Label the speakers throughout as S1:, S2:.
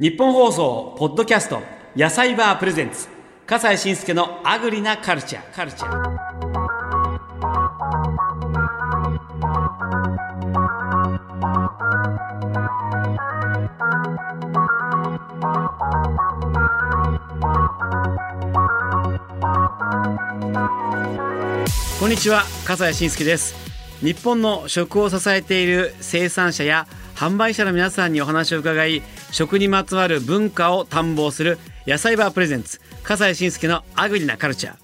S1: 日本放送ポッドキャスト野菜バープレゼンツ笠西慎介のアグリなカルチャーカルチャーこんにちは笠西慎介です日本の食を支えている生産者や販売者の皆さんにお話を伺い食にまつわる文化を探訪する野菜バープレゼンツ笠西慎介のアグリなカルチャー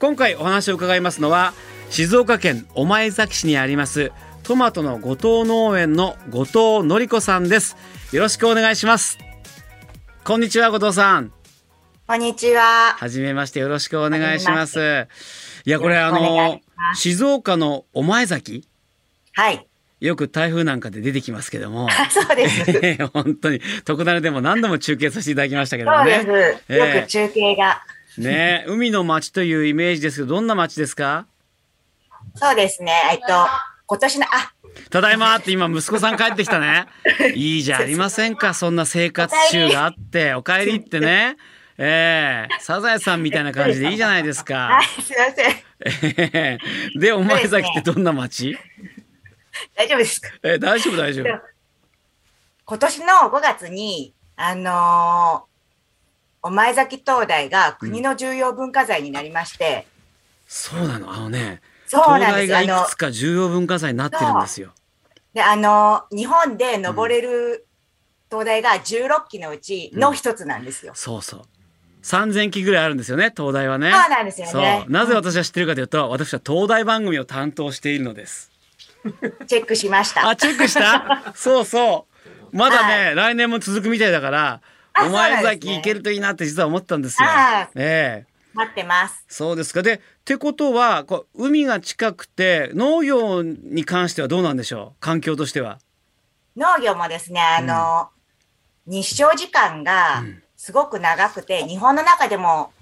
S1: 今回お話を伺いますのは静岡県御前崎市にありますトマトの後藤農園の後藤典子さんですよろしくお願いしますこんにちは後藤さん
S2: こんにちは。
S1: はじめましてよろしくお願いしますいやこれあ
S2: よろしくお願い
S1: の
S2: しま
S1: 静岡の御前崎
S2: はい。
S1: よく台風なんかで出てきますけど も
S2: あそう です。そうで
S1: ええ本当に特ダネでも何度も中継させていただきましたけども
S2: す。
S1: ね。ええ
S2: よく中継が。
S1: ねえ海の町というイメージですけどどんな町ですか
S2: そうですね。えっと、今年の、あ、
S1: ただいまって今息子さん帰ってきた ね。いいじゃありませんかそんな生活習があってお帰りって ね。ええサザエさんみたいな感じでいいじゃないですか
S2: は。い、すいません。
S1: ええでお前崎ってどんな町、
S2: 大丈夫ですか
S1: ええ大丈夫大丈夫。
S2: 今年の5月に、あのーお前崎灯台が国の重要文化財になりまして、
S1: そうなのあのね
S2: そう
S1: 灯
S2: なん
S1: 台
S2: です。
S1: が
S2: あ
S1: い
S2: の
S1: くつ、か重要文化財になってるんですよ。
S2: で、あのー日本で登れる灯台が16基のうちの一つなんですよ。
S1: そうそう。三千機ぐらいあるんですよね、東大はね。
S2: そうなんですよね
S1: そうなぜ私は知ってるかというと、私は東大番組を担当しているのです。
S2: チェックしました。
S1: あ、チェックした そうそう。まだね、来年も続くみたいだから、
S2: あ
S1: お
S2: そうな
S1: 前
S2: んです
S1: 崎
S2: ね
S1: 行けるといいなって実は思ったんですよ
S2: あ。
S1: ええ
S2: 待ってます。
S1: そうですか。で、ってことは、こう海が近くて、農業に関してはどうなんでしょう環境としては。
S2: 農業もですね、あの、日照時間がすごく長くて、日本の中でも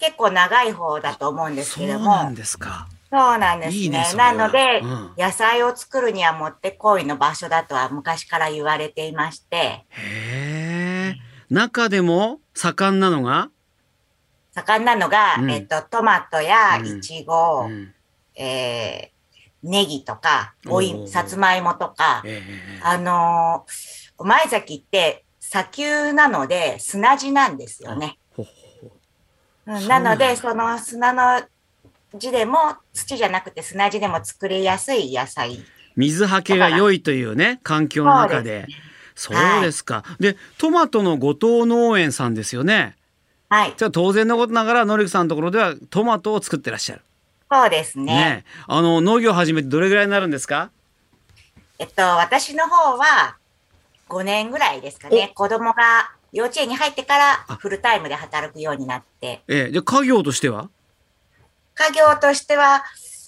S2: 結構長い方だと思うんです
S1: そう
S2: けども、そ
S1: な
S2: うん
S1: ですか。
S2: なんですね。
S1: いいねそれは
S2: なので、
S1: うん
S2: 野菜を作るにはもってこいの場所だとは昔から言われていまして、
S1: へえ。中でも盛んなのが、
S2: 盛んなのが、
S1: うん
S2: えっと、トマトや
S1: うん
S2: イチゴ、
S1: うん
S2: えーネギとか、お
S1: おー
S2: い、さつまいもとか、
S1: ええ
S2: あのーお前崎って砂丘なので砂地なんですよね。
S1: ほほほ
S2: うん
S1: そうな
S2: なん
S1: だ
S2: ので、その砂の地でも、土じゃなくて砂地でも作りやすい野菜。
S1: 水はけが良いというね環境の中でそう
S2: うですね
S1: ですか、でトマトの後藤農園さんですよね
S2: はい。
S1: じゃあ当然のことながらノリクさんのところではトマトを作ってらっしゃる
S2: そうですね。
S1: ねえあの農業始めてどれぐらいになるんですか
S2: えっと、私の方は5年ぐらいですかね。子供が幼稚園に入ってからフルタイムで働くようになって。
S1: ええ、で家業としては、
S2: 家業としては、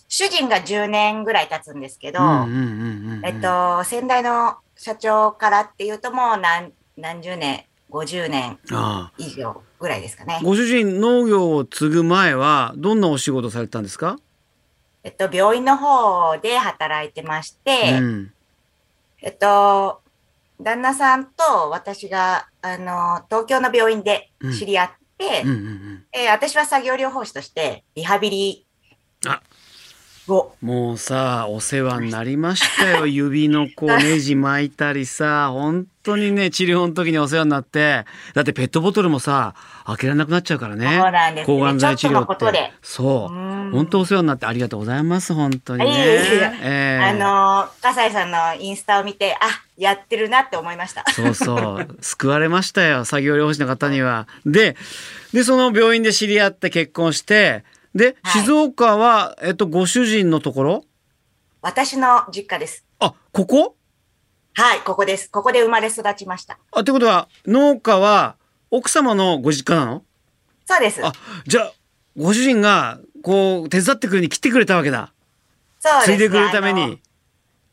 S2: 主人が10年ぐらい経つんですけど、
S1: うんうんうんうんうん
S2: えっと、先代の社長からっていうともう何何十年、50年
S1: ああ
S2: 以上ぐらいですかね。
S1: ご主人農業を継ぐ前はどんなお仕事されてたんですか、
S2: えっと、病院の方で働いてまして、
S1: うん、
S2: えっと、旦那さんと私が、あの、東京の病院で知り合って、
S1: うんうんうん
S2: えー私は作業療法士としてリハビリ
S1: あ
S2: を、
S1: もうさお世話になりました よ指のこうネジ巻いたりさ本当にね治療の時にお世話になってだってペットボトルもさ開けられなくなっちゃうからね
S2: そうなんですね
S1: 抗がん剤治
S2: ちょっと
S1: 療
S2: のこ
S1: って
S2: とで
S1: そう
S2: うん
S1: 本当お世話になってありがとうございます本当にね
S2: いえいえいえ
S1: ええ
S2: あの、笠井さんのインスタを見て、あ、やってるなって思いました。
S1: そうそう救われましたよ作業療法士の方にはででその病院で知り合って結婚してで、
S2: はい
S1: 静岡はえっとご主人のところ
S2: 私の実家です。
S1: あここ
S2: はい、ここです。ここで生まれ育ちました。
S1: あ、ってことは、農家は奥様のご実家なの
S2: そうです。
S1: あ、じゃあ、ご主人が、こう、手伝ってくれに来てくれたわけだ。
S2: そうです
S1: 継いでくれるため
S2: あの
S1: に。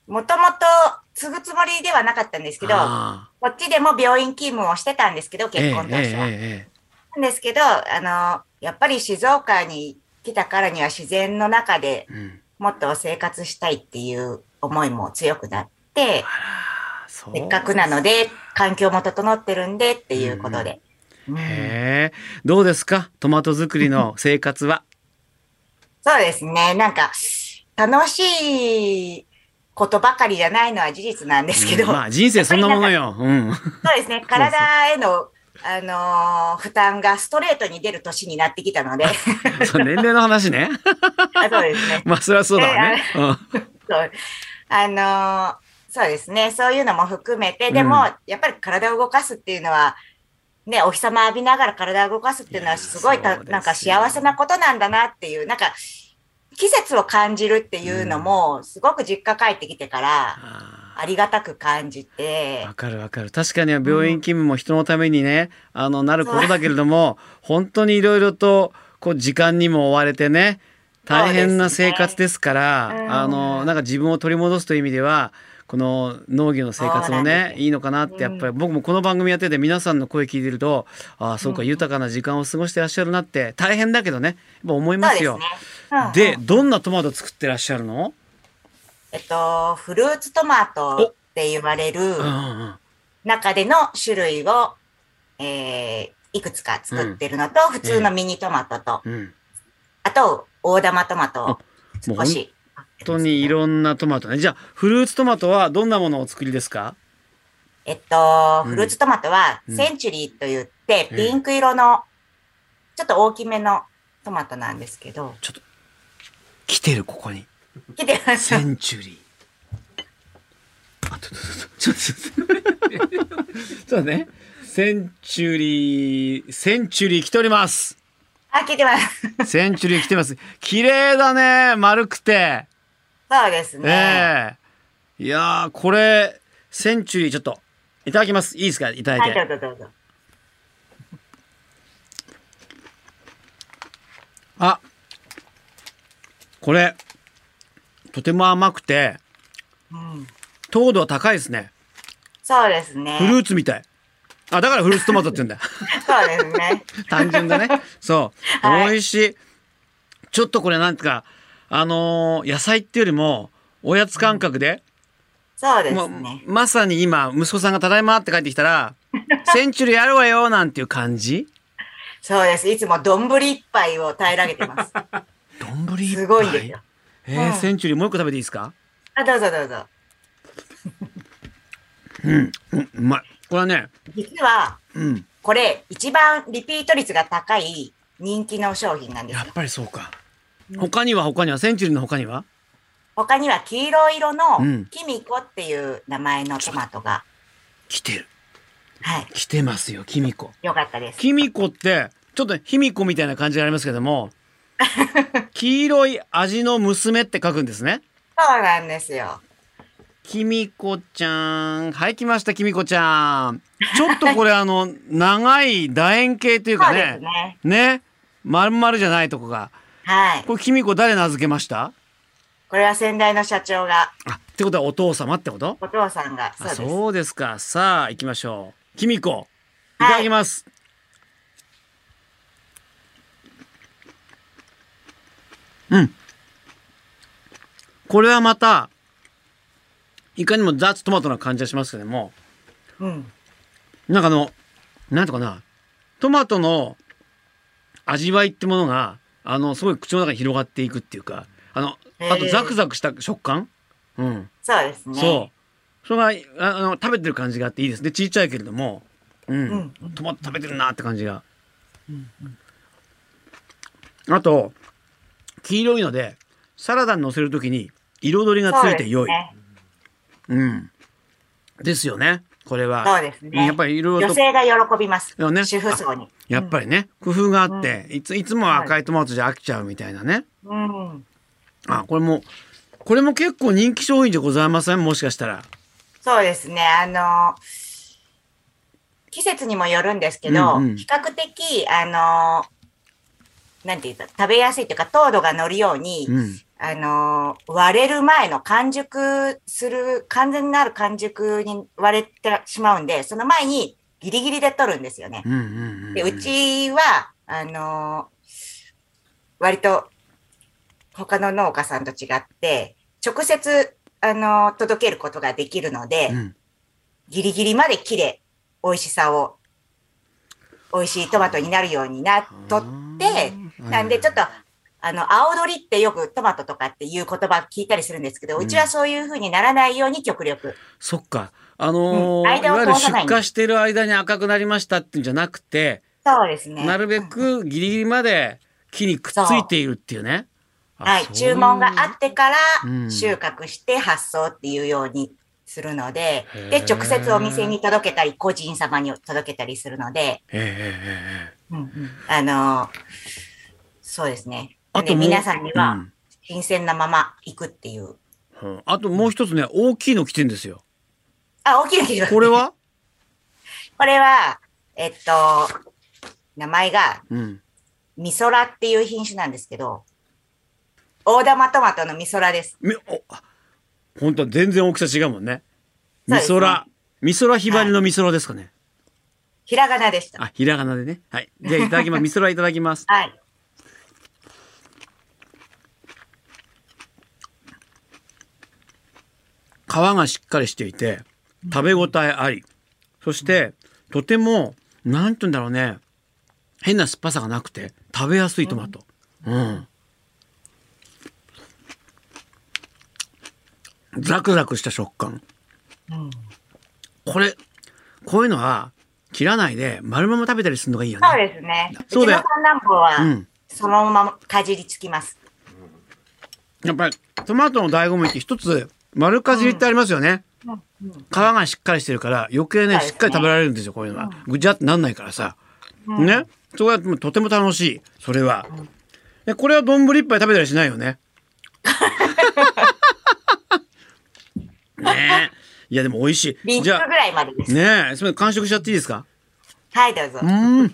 S2: もともと継ぐつもりではなかったんですけど、
S1: あ
S2: こっちでも病院勤務をしてたんですけど、
S1: ーええ
S2: 結婚当初は。
S1: え
S2: なんですけど、あの、やっぱり静岡に来たからには自然の中
S1: ええ
S2: で
S1: えうん
S2: もっと生活したいっていう思いも強くなって、
S1: あらそう
S2: せっかくなので、環境も整ってるんでっていうことで。うん
S1: へえどうですかトマト作りの生活は
S2: そうですね。なんか、楽しいことばかりじゃないのは事実なん ですけど、
S1: うんまあ人生そんなものよ、 うん、
S2: そうで すね。体への、あのー負担がストレートに出る年になってき たので、
S1: そう年齢の話ね
S2: あそうですね。
S1: まあそれはそうだわね、うん
S2: そうあのーそうですね。そういうのも含めて、で
S1: う
S2: も、やっぱり体を動かすっていうのは、ね、お日様浴びながら体を動かすっていう
S1: い
S2: の
S1: や
S2: は、すごいた
S1: そうですよ
S2: なんか幸せなことなんだなっていう、なんか、季節を感じるっていうのも、すごく実家帰ってきてから、
S1: あ
S2: ありがたく感じて
S1: ーわ、かるわかる確かに病院勤務も人のためにね、あのなることだけれども本当にいろいろとこう時間にも追われてね大変な生活ですから
S2: そうですねうん
S1: あのなんか自分を取り戻すという意味ではこの農業の生活も
S2: そうなん
S1: ね
S2: です
S1: いいのかなってやっぱり僕もこの番組やってて皆さんの声聞いてるとああそうか
S2: うん
S1: 豊かな時間を過ごしてらっしゃるなって大変だけどねやっぱ思い
S2: そう
S1: ま
S2: ですすね
S1: よ。。
S2: うんうん
S1: でどんなトマト作ってらっしゃるの、
S2: えっと、フルーツトマトって言われる
S1: うんうんうん
S2: 中での種類を、えーいくつか作ってるのと、普通のミニトマトと、
S1: うん
S2: あと、大玉トマトを
S1: もうほ
S2: 少
S1: ん
S2: し。
S1: 本当にいろんなトマトね。じゃあフルーツトマトはどんなものをお作りですか？
S2: えっと、
S1: うん
S2: フルーツトマトは、
S1: うん
S2: センチュリーと言って、
S1: ええ
S2: ピンク色の、ちょっと大きめのトマトなんですけど、
S1: 来てるここに
S2: 来てます。
S1: センチュリー。あ、ちょっとちょっとちょっと。そうね。センチュリーセンチュリー来ております。
S2: あ、来 てます。
S1: センチュリー来てます。綺麗だね。丸くて。
S2: そうですね。
S1: ええいやーこれセンチュリーちょっといただきます。いいですか？いただ
S2: はいい、ど
S1: て。
S2: うぞどうぞ。
S1: あ、これとても甘くて
S2: うん、
S1: 糖度は高いですね。
S2: そうですね。
S1: フルーツみたい。あ、だからフルーツトマトって言うん だ。
S2: そうですね。
S1: 単純だね。 そう。
S2: はい
S1: 美味しい。ちょっとこれなんていうか、あのー野菜っていうよりも、おやつ感覚で、
S2: そうです
S1: もう
S2: ね。
S1: まさに今、息子さんがただいまって帰ってきた ら、センチュリーあるわよなんていう感じ
S2: そうです。いつも丼一杯を平らげて ます。
S1: 丼一杯
S2: すごいんですよ。
S1: えー
S2: うん
S1: センチュリーもう一個食べていいですか
S2: あ、どうぞどうぞ。
S1: うん、うまい。これはね、
S2: 実は、
S1: うん、
S2: これ、一番リピート率が高い人気の商品なんです
S1: や
S2: よ
S1: っ。ぱりそうか
S2: う。ん
S1: 他には他には、センチュリーの他には
S2: 他には黄色色
S1: うん
S2: のキミコっていう名前のトマトが、
S1: 来てる。
S2: はい、
S1: 来てますよ、キミコ。
S2: よかったです。
S1: キミコってちょっと卑弥呼みたいな感じがありますけど も黄色い味の娘って書くんですね
S2: そうなんですよ。
S1: キミコちゃんはい来ましたキミコちゃんちょっとこれあの 長い楕円形という
S2: そ
S1: か
S2: うです
S1: ね
S2: ね。
S1: ね丸々じゃないとこが
S2: はい。
S1: これキミコ誰名付けました
S2: これは先代の社長が、
S1: あってことはお父様ってこと
S2: お父さんが、そう
S1: あ
S2: です。
S1: そうですかさあ行きましょうキミコいただきます、うんこれはまたいかにもザッツトマトな感じがしますけども
S2: うん。
S1: なんかあのなんとかなトマトの味わいってものがあのすごい口の中に広がっていくっていうかあのあと
S2: へえ
S1: ザクザクした食感うん
S2: そうですね。
S1: そう。それがああの食べてる感じがあっていいですね。ちっちゃいけれども、うん、
S2: うん
S1: トマト食べてるなって感じが。あと黄色いのでサラダに乗せるときに彩りがつ
S2: そ
S1: い
S2: うで
S1: て
S2: す
S1: 良い。
S2: ね。
S1: うん。ですよね。これは。
S2: そうですね。
S1: やっぱりいろいろ
S2: 女
S1: と。
S2: 性が喜びます。
S1: よね
S2: 主婦層に。
S1: やっぱりね、工夫があって、いついつもは赤いトマトじゃ飽きちゃうみたいなね。
S2: うん。
S1: あ、これも、これも結構人気商品じゃございませんもしかしたら。
S2: そうですね。あの、季節にもよるんですけど、
S1: うんうん
S2: 比較的、あの、なんていうか、食べやすいというか、糖度が乗るように、
S1: うん。
S2: あの、割れる前の完熟する、完全になる完熟に割れてしまうんで、その前にギリギリで取るんですよね
S1: う。んうんうん。
S2: で、うちは、あの、割と他の農家さんと違って、直接、あの、届けることができるので、
S1: うん
S2: ギリギリまで切れ、美味しさを、美味しいトマトになるようになっとって、
S1: うん
S2: なんでちょっと、あの、青鳥ってよくトマトとかっていう言葉聞いたりするんですけど、うちはそういう風にならないように極力。
S1: そっか。あのー
S2: うん間を
S1: いわゆる
S2: 通さ
S1: 出
S2: ない
S1: 荷してる間に赤くなりましたっていうんじゃなくて、
S2: そうですね。
S1: なるべくギリギリまで木にくっついているっていうね。あ
S2: はい、
S1: そう
S2: 注文があってから
S1: うん
S2: 収穫して発送っていうようにするので、
S1: へ
S2: で、
S1: ー
S2: 直接お店に届けたり、個人様に届けたりするので、
S1: ええええええ
S2: あのーそうですね。
S1: あと
S2: で
S1: もう
S2: 皆さんに
S1: う
S2: は
S1: ん
S2: 新鮮なまま行くっていう。
S1: うんあともう一つね、大きいの来てんですよ。
S2: あ、大きな切り
S1: これは
S2: これは、えっと、名前が
S1: うん。
S2: ミソラっていう品種なんですけど、大玉トマトのミソラです。
S1: み、お、あ本当は全然大きさ違うもんね。美
S2: そうですね
S1: 空、美空ひばりの美空ですかね。
S2: ひらがなでした。
S1: あ、ひらがなでね。はい。じゃあいただき ます。美空いただきます。
S2: はい。
S1: 皮がしっかりしていて食べ応えありそしてとてもなんて言うんだろうね変な酸っぱさがなくて食べやすいトマトうん、ザクザクした食感、これこういうのは切らないで丸まま食べたりするのがいいよね
S2: そうですね。うち
S1: そう
S2: の
S1: だよ
S2: 三男坊は、
S1: うん
S2: そのままかじりつきます。
S1: やっぱりトマトの醍醐味って一つ丸かじりってありますよね、皮がしっかりしてるから余計ね
S2: そうですね
S1: しっかり食べられるんですよこういうのは、ぐちゃってなんないからさ、ねそこはもうとても楽しいそれは、でこれは丼一杯食べたりしないよ ねねえいやでも美味し
S2: リ
S1: い
S2: ップ
S1: じ
S2: ぐ
S1: ゃあ
S2: らいまでです。
S1: ねえすみません完食しちゃっていいですか
S2: はい、どうぞ。
S1: うん。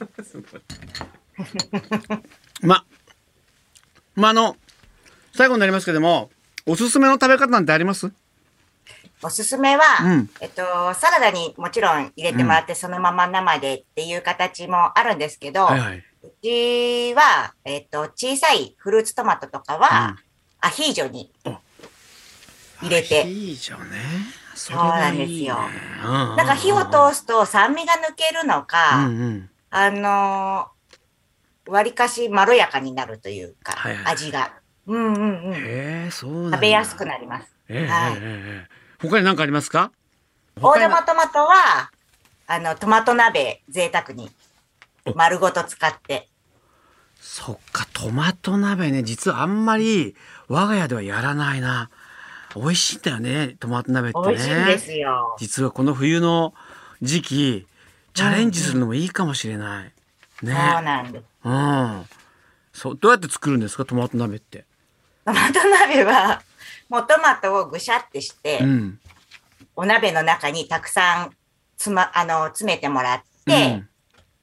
S1: ま、まあ、あの、最後になりますけども、おすすめの食べ方なんてあります
S2: おすすめは、
S1: うん
S2: えっと、サラダにもちろん入れてもらって、そのまま生でっていう形もあるんですけど、
S1: はいう
S2: ちは、えっと、小さいフルーツトマトとかは、
S1: うん
S2: アヒージョに
S1: あ
S2: 入れ
S1: アヒ
S2: て、
S1: ージョね。そ
S2: そうなんですよ。
S1: な
S2: なんか火を通すと酸味が抜けるのか、
S1: うんうん。
S2: あのー、わりかしまろやかになるというか、
S1: はいはい
S2: 味が。うんうんうん。
S1: へえ、そうなんだ
S2: 食べやすくなります。
S1: ええええ
S2: はい
S1: ええ他に何かありますか
S2: 大
S1: 他に
S2: 玉トマトは、あの、トマト鍋、贅沢に、丸ごと使って。
S1: そっか、トマト鍋ね、実はあんまり我が家ではやらないな。美味しいんだよね、トマト鍋ってね。
S2: 美味しいんですよ。
S1: 実はこの冬の時期チャレンジするのもいいかもしれない。
S2: そう
S1: ね。
S2: なんです。
S1: うん。そうどうやって作るんですかトマト鍋って。
S2: トマト鍋は、もうトマトをぐしゃってして、
S1: うん。
S2: お鍋の中にたくさんつま、あの、詰めてもらっ
S1: う
S2: て
S1: ん、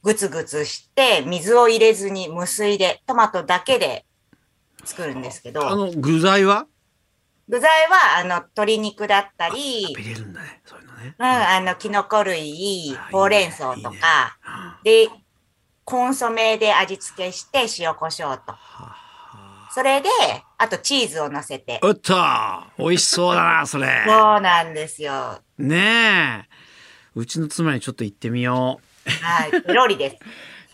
S2: ぐつぐつして、水を入れずに無水で、トマトだけで作るんですけ
S1: あ
S2: ど、
S1: の具材は
S2: 具材は、あの、鶏肉だったり、
S1: 入れるんだねそういうのね。
S2: うん、あの、キノコ類
S1: あ、
S2: ほうれん草
S1: いい
S2: と
S1: ね
S2: か、で、コンソメで味付けして、塩コショウと。それで、あとチーズを乗せて。
S1: おっと美味しそうだなそれ。
S2: そうなんですよ。は
S1: ねえ。うちの妻にちょっと行ってみよ
S2: い。ペロリです。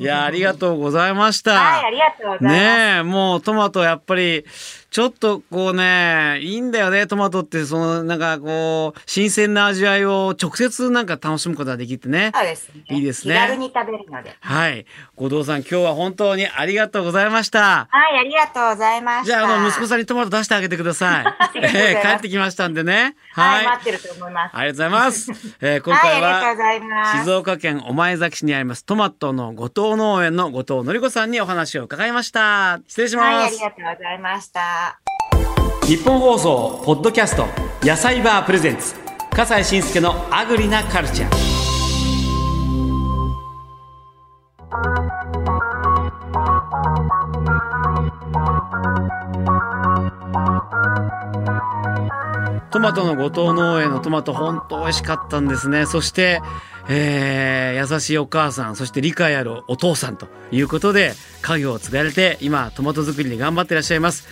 S1: う。いやありがとうございました。
S2: はい、ありがとうございます。
S1: ねえもうトマトやっぱりちょっとこうねいいんだよねトマトってそのなんかこう新鮮な味わいを直接なんか楽しむことができてね
S2: そうですね。
S1: いいですね
S2: 気軽に食べるので。
S1: はい後藤さん今日は本当にありがとうございました
S2: はい、ありがとうございました。
S1: じゃああの息子さんにトマト出してあげてください
S2: りがとうございます
S1: ええ帰ってきましたんでね
S2: は、
S1: はいい、
S2: 待ってると思います。
S1: ありがとうございます、えー今
S2: はい、
S1: 回
S2: ありがとうご
S1: は
S2: ざいます。
S1: 静岡県御前崎市にありますトマトの後藤農園の後藤典子さんにお話を伺いました失礼します、
S2: はい、ありがとうございました。
S1: 日本放送ポッドキャスト野菜バープレゼンツ笠西慎介のアグリなカルチャートマトの後藤農園のトマト本当美味しかったんですねそして、えー優しいお母さんそして理解あるお父さんということで家業を継がれて今トマト作りに頑張っていらっしゃいます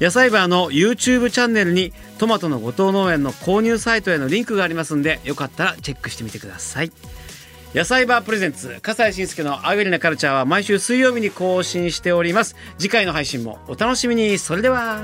S1: 野菜バーの YouTube チャンネルにトマトの後藤農園の購入サイトへのリンクがありますんでよかったらチェックしてみてください野菜バープレゼンツ笠西慎介のアグリなカルチャーは毎週水曜日に更新しております次回の配信もお楽しみにそれでは